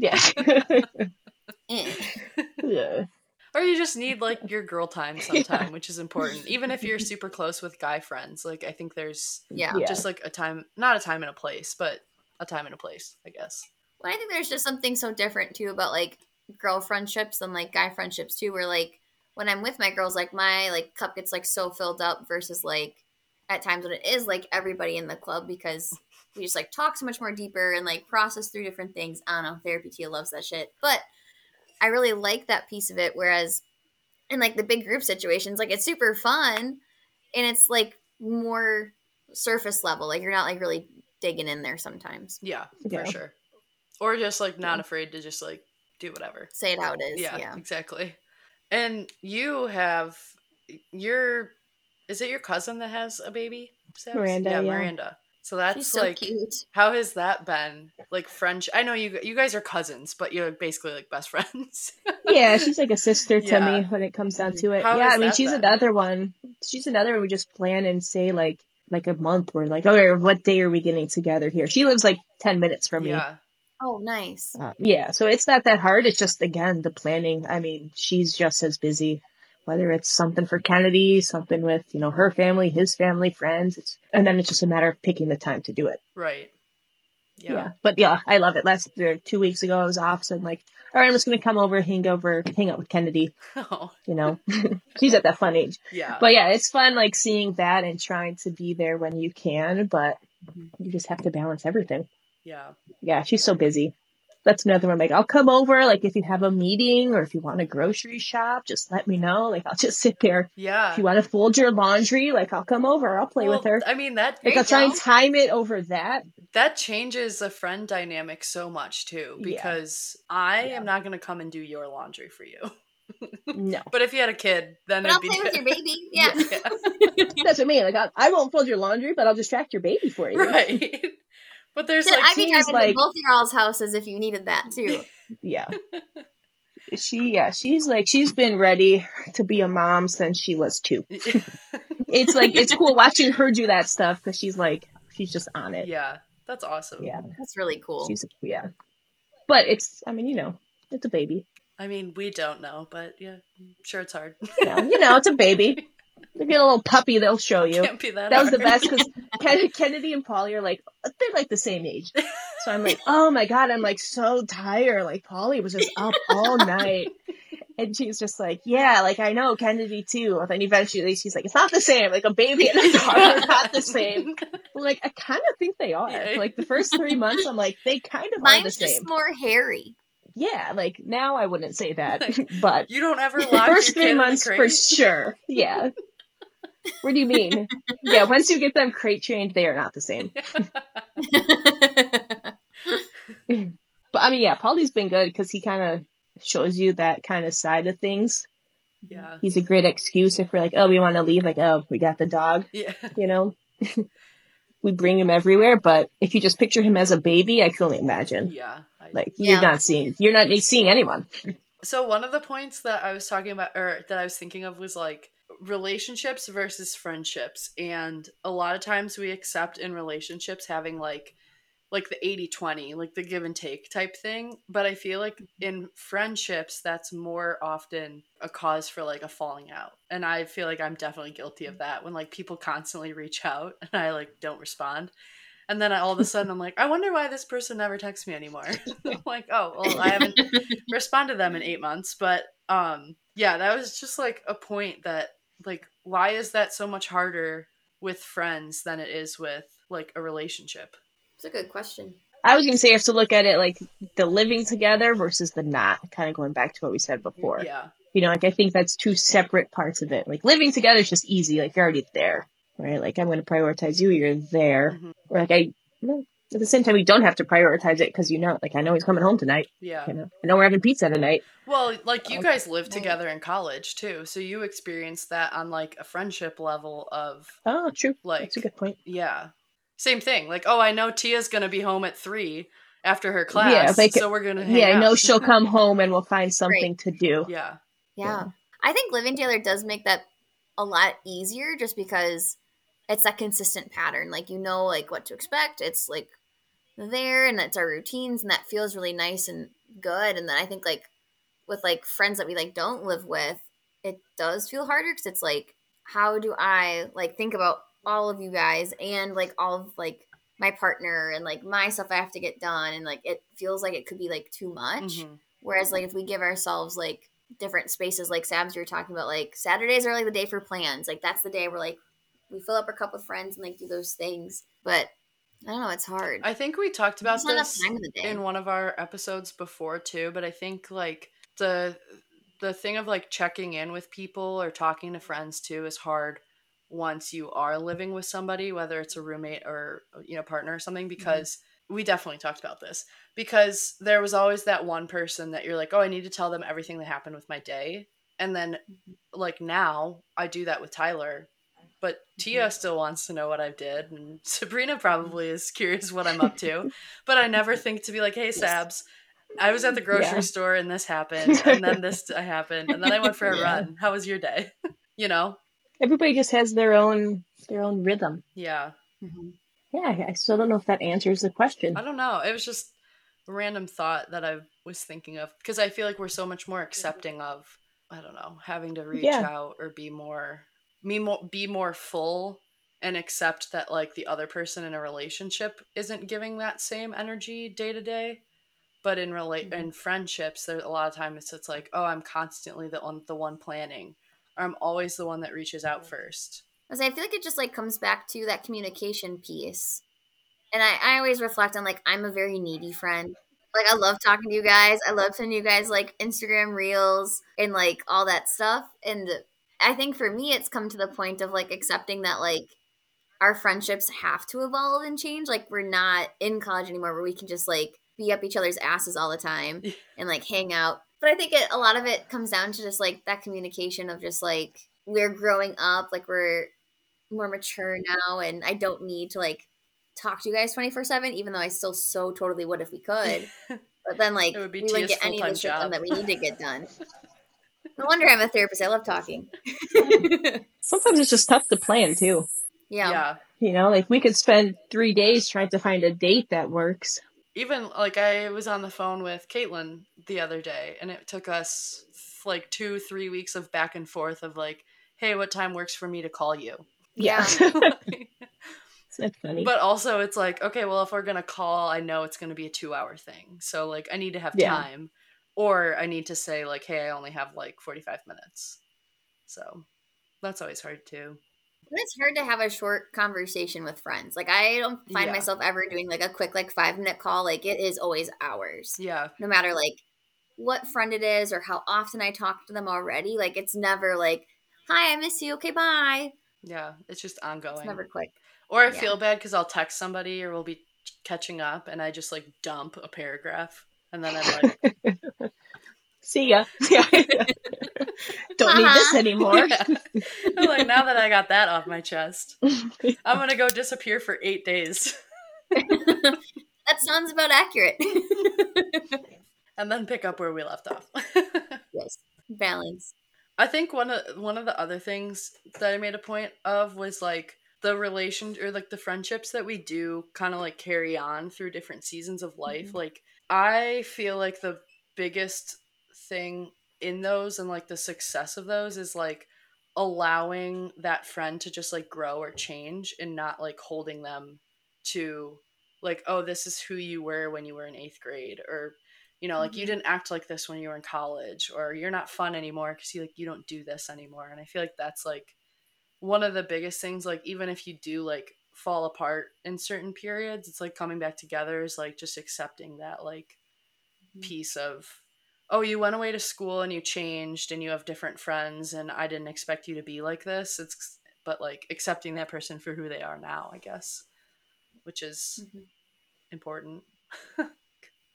S4: Yeah.
S3: Eh.
S4: yeah.
S5: or you just need like your girl time sometime, which is important. Even if you're super close with guy friends, like I think there's
S3: yeah
S4: Yeah.
S5: just like a time, not a time and a place, but a time and a place, I guess.
S3: Well, I think there's just something so different too about like girl friendships and like guy friendships too, where like when I'm with my girls, like my like cup gets like so filled up versus like at times when it is like everybody in the club because we just like talk so much more deeper and like process through different things. I don't know, therapy Tia loves that shit. But I really like that piece of it. Whereas in like the big group situations, like it's super fun and it's like more surface level. Like you're not like really digging in there sometimes.
S5: Yeah,
S4: Yeah.
S5: for sure. Or just like not afraid to just like do whatever.
S3: Say it how it is.
S5: Yeah,
S3: yeah.
S5: exactly. And you have your is it your cousin that has a baby? Sabs?
S4: Miranda,
S5: Yeah,
S4: yeah.
S5: Miranda. So that's
S3: She's so
S5: like
S3: cute.
S5: how has that been? Like French. I know you you guys are cousins, but you're basically like best friends.
S4: Yeah, she's like a sister to
S5: Yeah.
S4: me when it comes down to it.
S5: How
S4: yeah,
S5: has
S4: I mean
S5: that
S4: she's
S5: been?
S4: another one. She's another one we just plan and say like like a month we're like, okay, what day are we getting together here? She lives like ten minutes from me.
S5: yeah.
S3: Oh, nice.
S4: Uh, yeah, so it's not that hard. It's just again the planning. I mean, she's just as busy. Whether it's something for Kennedy, something with you know her family, his family, friends, it's, and then it's just a matter of picking the time to do it.
S5: Right. Yeah.
S4: But yeah, I love it. Last or two weeks ago, I was off, so I'm like, all right, I'm just gonna come over, hang over, hang out with Kennedy.
S5: Oh,
S4: You know, she's at that fun age.
S5: yeah.
S4: But yeah, it's fun like seeing that and trying to be there when you can, but you just have to balance everything.
S5: yeah.
S4: Yeah, she's so busy. That's another one. Like, I'll come over. Like, if you have a meeting or if you want a grocery shop, just let me know. Like, I'll just sit there.
S5: Yeah.
S4: If you want to fold your laundry, like, I'll come over. I'll play with
S5: Well, uh,
S4: her.
S5: I mean that
S4: Like,
S3: you
S4: I'll try and
S3: go.
S4: time it over that.
S5: that changes the friend dynamic so much too
S4: Yeah.
S5: because I
S4: Yeah.
S5: am not going to come and do your laundry for you.
S4: No,
S5: But if you had a kid, then
S3: But
S5: it'd
S3: I'll
S5: be
S3: play with your
S5: different.
S3: baby. Yeah.
S4: that's what I mean. Like, I, I won't fold your laundry, but I'll distract your baby for you.
S5: right. But there's
S3: Shit,
S5: like
S3: I'd be
S4: seems
S3: driving to
S4: like-
S3: both your all's houses if you needed that too.
S4: Yeah. She, yeah, she's like, she's been ready to be a mom since she was two. It's like, it's cool watching her do that stuff because she's like, she's just on it.
S5: yeah, that's awesome.
S4: yeah.
S3: That's really cool.
S4: She's yeah, but it's I mean you know it's a baby.
S5: I mean, we don't know, but yeah, I'm sure it's hard.
S4: You know, you know it's a baby. You get a little puppy, they'll show Oh, you.
S5: Can't be that.
S4: That was the
S5: hard.
S4: best because Kennedy and Polly are like they're like the same age, so I'm like oh my god I'm like so tired. Like Polly was just up all night. And she's just like, yeah, like I know Kennedy too. And then eventually she's like, it's not the same. Like a baby and a dog are not the same. I'm like I kind of think they are.
S5: Yeah.
S4: Like the first three months, I'm like they kind of are the
S3: Mine's
S4: same.
S3: just more hairy.
S4: yeah, like now I wouldn't say that, but
S5: You don't ever
S4: the
S5: lock
S4: first three
S5: your kid
S4: months
S5: in the
S4: for
S5: crate?
S4: sure. Yeah. what do you mean? Yeah, once you get them crate trained, they are not the same. But I mean, yeah, Polly's been good because he kind of shows you that kind of side of things.
S5: Yeah.
S4: He's a great excuse if we're like, oh, we want to leave, like, oh, we got the dog,
S5: Yeah.
S4: you know. we bring him everywhere, but if you just picture him as a baby, I can only imagine.
S5: Yeah. I-
S4: Like
S3: Yeah.
S4: you're not seeing, you're not seeing anyone.
S5: So one of the points that I was talking about or that I was thinking of was like relationships versus friendships and a lot of times we accept in relationships having like like the 80-20 like the give and take type thing but i feel like in friendships that's more often a cause for like a falling out and i feel like i'm definitely guilty of that when like people constantly reach out and i like don't respond and then all of a sudden i'm like i wonder why this person never texts me anymore I'm like oh well i haven't respond to them in eight months. But um, yeah, that was just like a point that like why is that so much harder with friends than it is with like a relationship?
S3: It's a good question.
S4: I was gonna say you have to look at it like the living together versus the not. Kind of going back to what we said before.
S5: Yeah,
S4: You know, like I think that's two separate parts of it. Like living together is just easy. Like you're already there, right? Like I'm gonna prioritize you. You're there.
S5: Mhm.
S4: Or like I. well, At the same time, we don't have to prioritize it because you know, like I know he's coming home tonight.
S5: yeah.
S4: You know, I know we're having pizza tonight.
S5: Well, like you
S4: Um,
S5: guys lived together in college too, so you experienced that on like a friendship level of
S4: Oh, true.
S5: like
S4: That's a good point.
S5: yeah, same thing. Like oh, I know Tia's gonna be home at three after her class,
S4: like-
S5: so we're gonna hang
S4: Yeah, I
S5: out.
S4: know she'll come home and we'll find something to do.
S5: Yeah,
S3: Yeah. I think living together does make that a lot easier just because it's that consistent pattern. Like you know like what to expect. It's like there and it's our routines and that feels really nice and good. And then I think like with like friends that we like don't live with, it does feel harder cuz it's like how do I like think about all of you guys and like all of like my partner and like my stuff I have to get done and like it feels like it could be like too much.
S5: Mhm.
S3: Whereas like if we give ourselves like different spaces, like Sabs, you were talking about, like Saturdays are like the day for plans. Like that's the day where like we fill up our cup with friends and like do those things. But I don't know, it's hard.
S5: I think we talked about
S3: There's not enough
S5: this.
S3: time in the day.
S5: in one of our episodes before too but i think like the the thing of like checking in with people or talking to friends too is hard once you are living with somebody whether it's a roommate or you know partner or something because we definitely talked about this because there was always that one person that you're like oh i need to tell them everything that happened with my day and then like now i do that with tyler but
S4: Mm-hmm.
S5: tia still wants to know what i did and sabrina probably is curious what i'm up to but I never think to be like, hey, Sabs, I was at the grocery
S4: Yeah.
S5: store and this happened, and then this d- happened, and then I went for a
S4: Yeah.
S5: run. How was your day? you know?
S4: Everybody just has their own their own rhythm.
S5: Yeah.
S4: Yeah, I still don't know if that answers the question.
S5: I don't know. It was just a random thought that I was thinking of because I feel like we're so much more accepting of, I don't know, having to reach
S4: Yeah.
S5: out or be more, me more, be more full and accept that like the other person in a relationship isn't giving that same energy day to day but in relate in friendships there's a lot of times it's, it's like oh i'm constantly the one the one planning or i'm always the one that reaches out first
S3: I was like, I feel like it just like comes back to that communication piece. And I, I always reflect on like I'm a very needy friend. Like I love talking to you guys. I love sending you guys like Instagram reels and like all that stuff. And I think for me it's come to the point of like accepting that like our friendships have to evolve and change. Like we're not in college anymore where we can just like be up each other's asses all the time and like hang out. But I think it, a lot of it comes down to just like that communication of just like we're growing up, like we're more mature now and I don't need to like talk to you guys 24/7 even though I still so totally would if we could. But then like
S5: It would be
S3: we wouldn't
S5: Tia's
S3: get any of the shit done
S5: full-time
S3: that we need to get done. No wonder I'm a therapist. I love talking.
S6: Sometimes it's just tough to plan too.
S3: Yeah.
S6: You know, like we could spend three days trying to find a date that works.
S5: even like I was on the phone with Caitlin the other day, and it took us like two, three weeks of back and forth of like, hey, what time works for me to call you?
S3: Yeah.
S6: Isn't that funny?
S5: But also, it's like, okay, well, if we're gonna call, I know it's gonna be a two hour thing. So, like, I need to have
S6: Yeah.
S5: time, or I need to say, like, hey, I only have like 45 minutes. So, that's always hard too.
S3: And It's hard to have a short conversation with friends. Like I don't find
S5: Yeah.
S3: myself ever doing like a quick like 5 minute call. Like it is always hours.
S5: Yeah.
S3: no matter like what friend it is or how often I talk to them already. Like it's never like, "Hi, I miss you. Okay, bye."
S5: Yeah. It's just
S3: It's
S5: ongoing.
S3: never quick.
S5: Or I
S3: Yeah.
S5: feel bad because I'll text somebody or we'll be catching up and I just like dump a paragraph and then I'm like,
S6: See ya. Yeah. Don't need this anymore.
S5: Yeah. I'm like, now that I got that off my chest, I'm going to go disappear for eight days
S3: That sounds about accurate.
S5: and then pick up where we left off.
S3: yes, balance.
S5: I think one of one of the other things that I made a point of was like the relation or like the friendships that we do kind of like carry on through different seasons of life. Like I feel like the biggest thing in those and like the success of those is like allowing that friend to just like grow or change and not like holding them to like oh this is who you were when you were in 8th grade or you know like you didn't act like this when you were in college or you're not fun anymore cuz you like you don't do this anymore and i feel like that's like one of the biggest things like even if you do like fall apart in certain periods it's like coming back together is like just accepting that like piece of oh you went away to school and you changed and you have different friends and i didn't expect you to be like this it's but like accepting that person for who they are now i guess which is important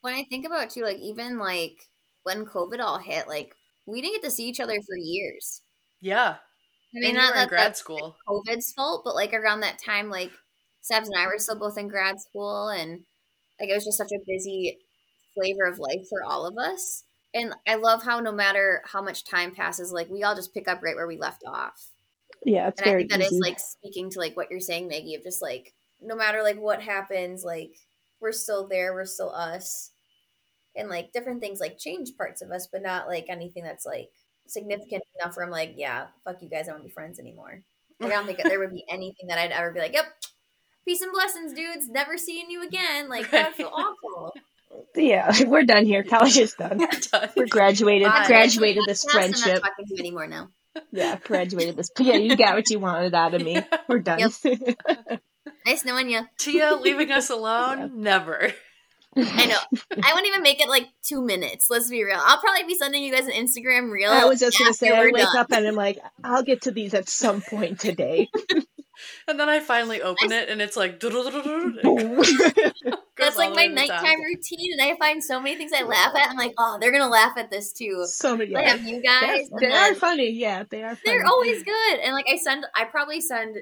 S3: When I think about you, like even like when COVID all hit, like we didn't get to see each other for years.
S5: yeah
S3: I
S5: and
S3: mean,
S5: you
S3: not
S5: were in
S3: that
S5: grad
S3: that's
S5: school
S3: COVID's fault, but like around that time, like Sebs and I were still both in grad school, and like it was just such a busy flavor of life for all of us. And I love how no matter how much time passes, like we all just pick up right where we left off.
S6: Yeah, it's
S3: And I
S6: very
S3: think that is
S6: easy.
S3: like speaking to like what you're saying, Maggie, of just like no matter like what happens, like we're still there, we're still us. And like different things like change parts of us, but not like anything that's like significant enough where I'm like, yeah, fuck you guys, I won't be friends anymore. Like, I don't think there would be anything that I'd ever be like, yep, peace and blessings, dudes, never seeing you again. Like that would feel awful.
S6: yeah, we're done here. College is done. We're graduated.
S3: Bye.
S6: Graduated this
S3: That's not
S6: friendship.
S3: talking to you anymore now.
S6: Yeah, graduated this. Yeah, you got what you wanted out of me. We're done.
S3: Nice knowing you.
S5: tia leaving us alone never
S3: I know. I wouldn't even make it like two minutes. Let's be real. I'll probably be sending you guys an Instagram reel.
S6: I was just gonna
S3: after
S6: say, I
S3: we're
S6: wake
S3: done.
S6: up and I'm like, I'll get to these at some point today.
S5: and then i finally open it and it's like "Doo-doo-doo-doo-doo," and it
S6: Boom.
S5: goes
S3: That's like
S5: all
S3: my
S5: the way to the top.
S3: nighttime routine, and I find so many things I laugh at. I'm like, oh, they're gonna laugh at this too.
S6: so many.
S3: I
S6: Yeah.
S3: have you guys.
S6: they
S3: and
S6: are
S3: then
S6: funny. Yeah, they are. Funny.
S3: they're always good. And like I send, I probably send,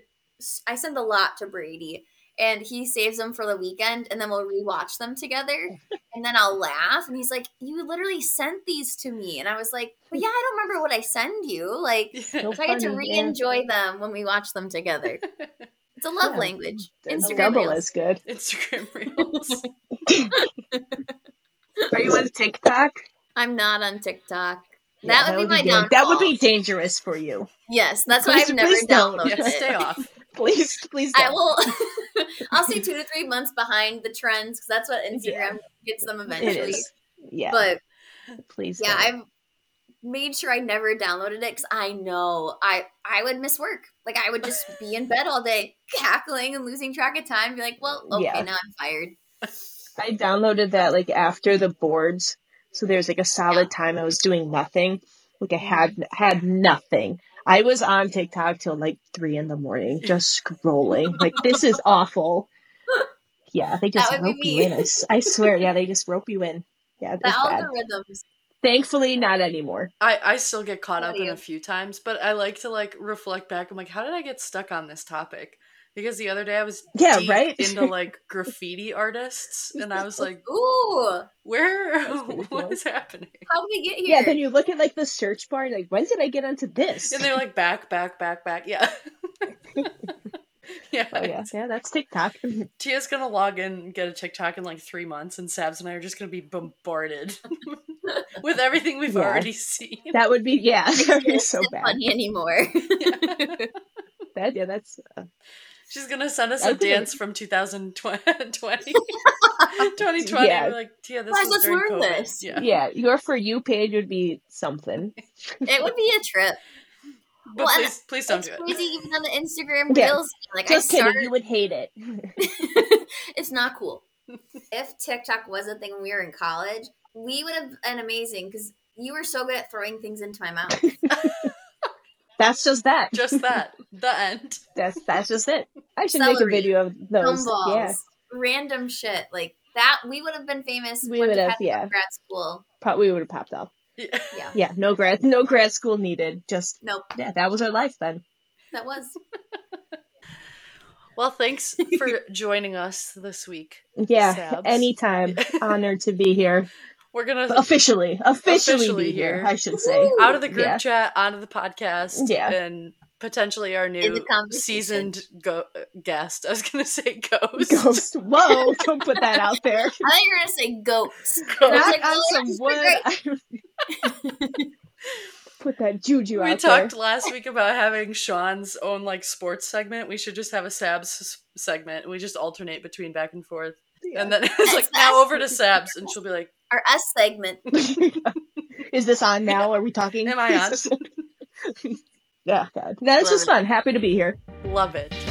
S3: I send a lot to Brady, and he saves them for the weekend, and then we'll rewatch them together, and then I'll laugh, and he's like, you literally sent these to me, and I was like, well, yeah, I don't remember what I send you, like.
S6: So
S3: So I get to
S6: funny,
S3: re
S6: yeah.
S3: enjoy them when we watch them together. It's a love
S6: Yeah.
S3: language.
S6: It's
S3: Instagram
S6: double
S3: reels.
S6: as good.
S5: instagram reels
S6: Are you on TikTok?
S3: I'm not on TikTok.
S6: Yeah,
S3: that would be my
S6: good.
S3: downfall.
S6: That would be dangerous for you.
S3: Yes, that's why
S6: Please-
S3: I've never
S6: please don't.
S3: downloaded
S5: yeah,
S3: it.
S5: stay off
S4: please, please.
S3: I
S4: don't.
S3: will. I'll say two to three months behind the trends because that's what Instagram gets them
S4: It
S3: eventually.
S4: is. Yeah,
S3: But
S4: please.
S3: yeah,
S4: don't.
S3: I've made sure I never downloaded it because I know I I would miss work. Like I would just be in bed all day cackling and losing track of time. Be like, well, okay,
S4: Yeah.
S3: now I'm fired.
S4: I downloaded that like after the boards, so there's like a solid time I was doing nothing. Like I had
S3: Mm-hmm.
S4: had nothing. I was on TikTok till like three in the morning, just scrolling. like this is awful. Yeah, they just
S3: That would
S4: rope
S3: be
S4: you
S3: me.
S4: in. I, s- I swear, yeah, they just rope you in. Yeah,
S3: The
S4: that's bad.
S3: algorithms.
S4: Thankfully, not anymore.
S5: I, I still get caught up
S3: What do
S5: in
S3: you-
S5: a few times, but I like to like reflect back. I'm like, how did I get stuck on this topic? Because the other day I was
S4: Yeah,
S5: deep
S4: right?
S5: into like graffiti artists, and I was like,
S3: Ooh,
S5: where
S4: That's
S5: what is
S4: ridiculous.
S5: happening?
S3: how did we get here?
S4: Yeah, then you look at like the search bar, like when did I get onto this?
S5: And they're like back, back, back, back. Yeah. yeah.
S4: Oh yeah, yeah, that's TikTok.
S5: Tia's gonna log in and get a TikTok in like three months, and Sabs and I are just gonna be bombarded with everything we've
S4: Yeah.
S5: already seen.
S4: That would be yeah, that would be so
S3: It's
S4: bad.
S3: funny anymore.
S4: That yeah, that's uh,
S5: She's gonna send us a
S4: That'd be-
S5: dance from 2020. 2020.
S4: Yeah.
S5: We're like, Tia, this
S3: Guys,
S5: was
S3: let's
S5: during
S3: learn
S5: COVID.
S3: this.
S5: Yeah.
S4: yeah, your for you page would be something.
S3: it would be a trip.
S5: But
S3: Well, and
S5: please, please don't
S3: it's
S5: do
S3: crazy
S5: it.
S3: even on the Instagram
S4: Yeah.
S3: reels. Like
S4: Just
S3: I
S4: kidding,
S3: started,
S4: you would hate it.
S3: it's not cool. if TikTok was a thing when we were in college, we would have been amazing because you were so good at throwing things into my mouth.
S4: That's just that.
S5: Just that. The end.
S4: That's that's just it. I should make a
S3: Celery,
S4: video of those.
S3: Gumballs,
S4: Yeah,
S3: random shit like that. We would have been famous.
S4: We
S3: when
S4: would have,
S3: had
S4: yeah.
S3: grad school.
S4: Pro- we would have popped off.
S5: Yeah.
S3: Yeah,
S4: Yeah, no grad, no grad school needed. Just
S3: nope,
S4: yeah, that was our life then.
S3: that was.
S5: Well, thanks for joining us this week.
S4: Yeah,
S5: Sabs.
S4: anytime. Honored to be here.
S5: We're gonna
S4: Officially, officially,
S5: Officially
S4: be here,
S5: here.
S4: I should say.
S3: Woo!
S5: out of the group
S4: Yeah.
S5: chat, onto the podcast,
S4: Yeah.
S5: and potentially our
S3: In the conversation.
S5: new seasoned go- guest. I was gonna say ghost.
S4: Ghost. Whoa! Don't put that out there.
S3: I thought you were gonna say goats.
S5: Ghost.
S3: I was
S4: Not
S3: like,
S4: on
S3: oh,
S4: some
S3: that's
S4: wood. put that juju
S5: we
S4: out
S5: talked
S4: there.
S5: last week about having Sean's own like sports segment. We should just have a Sabs s- segment. We just alternate between back and forth, and then it's like now over to Sabs, and she'll be like,
S3: Our S segment.
S4: Is this on now? Are we talking?
S5: "Am I on?"
S4: yeah, God. No, this was fun. Happy to be here.
S5: Love it.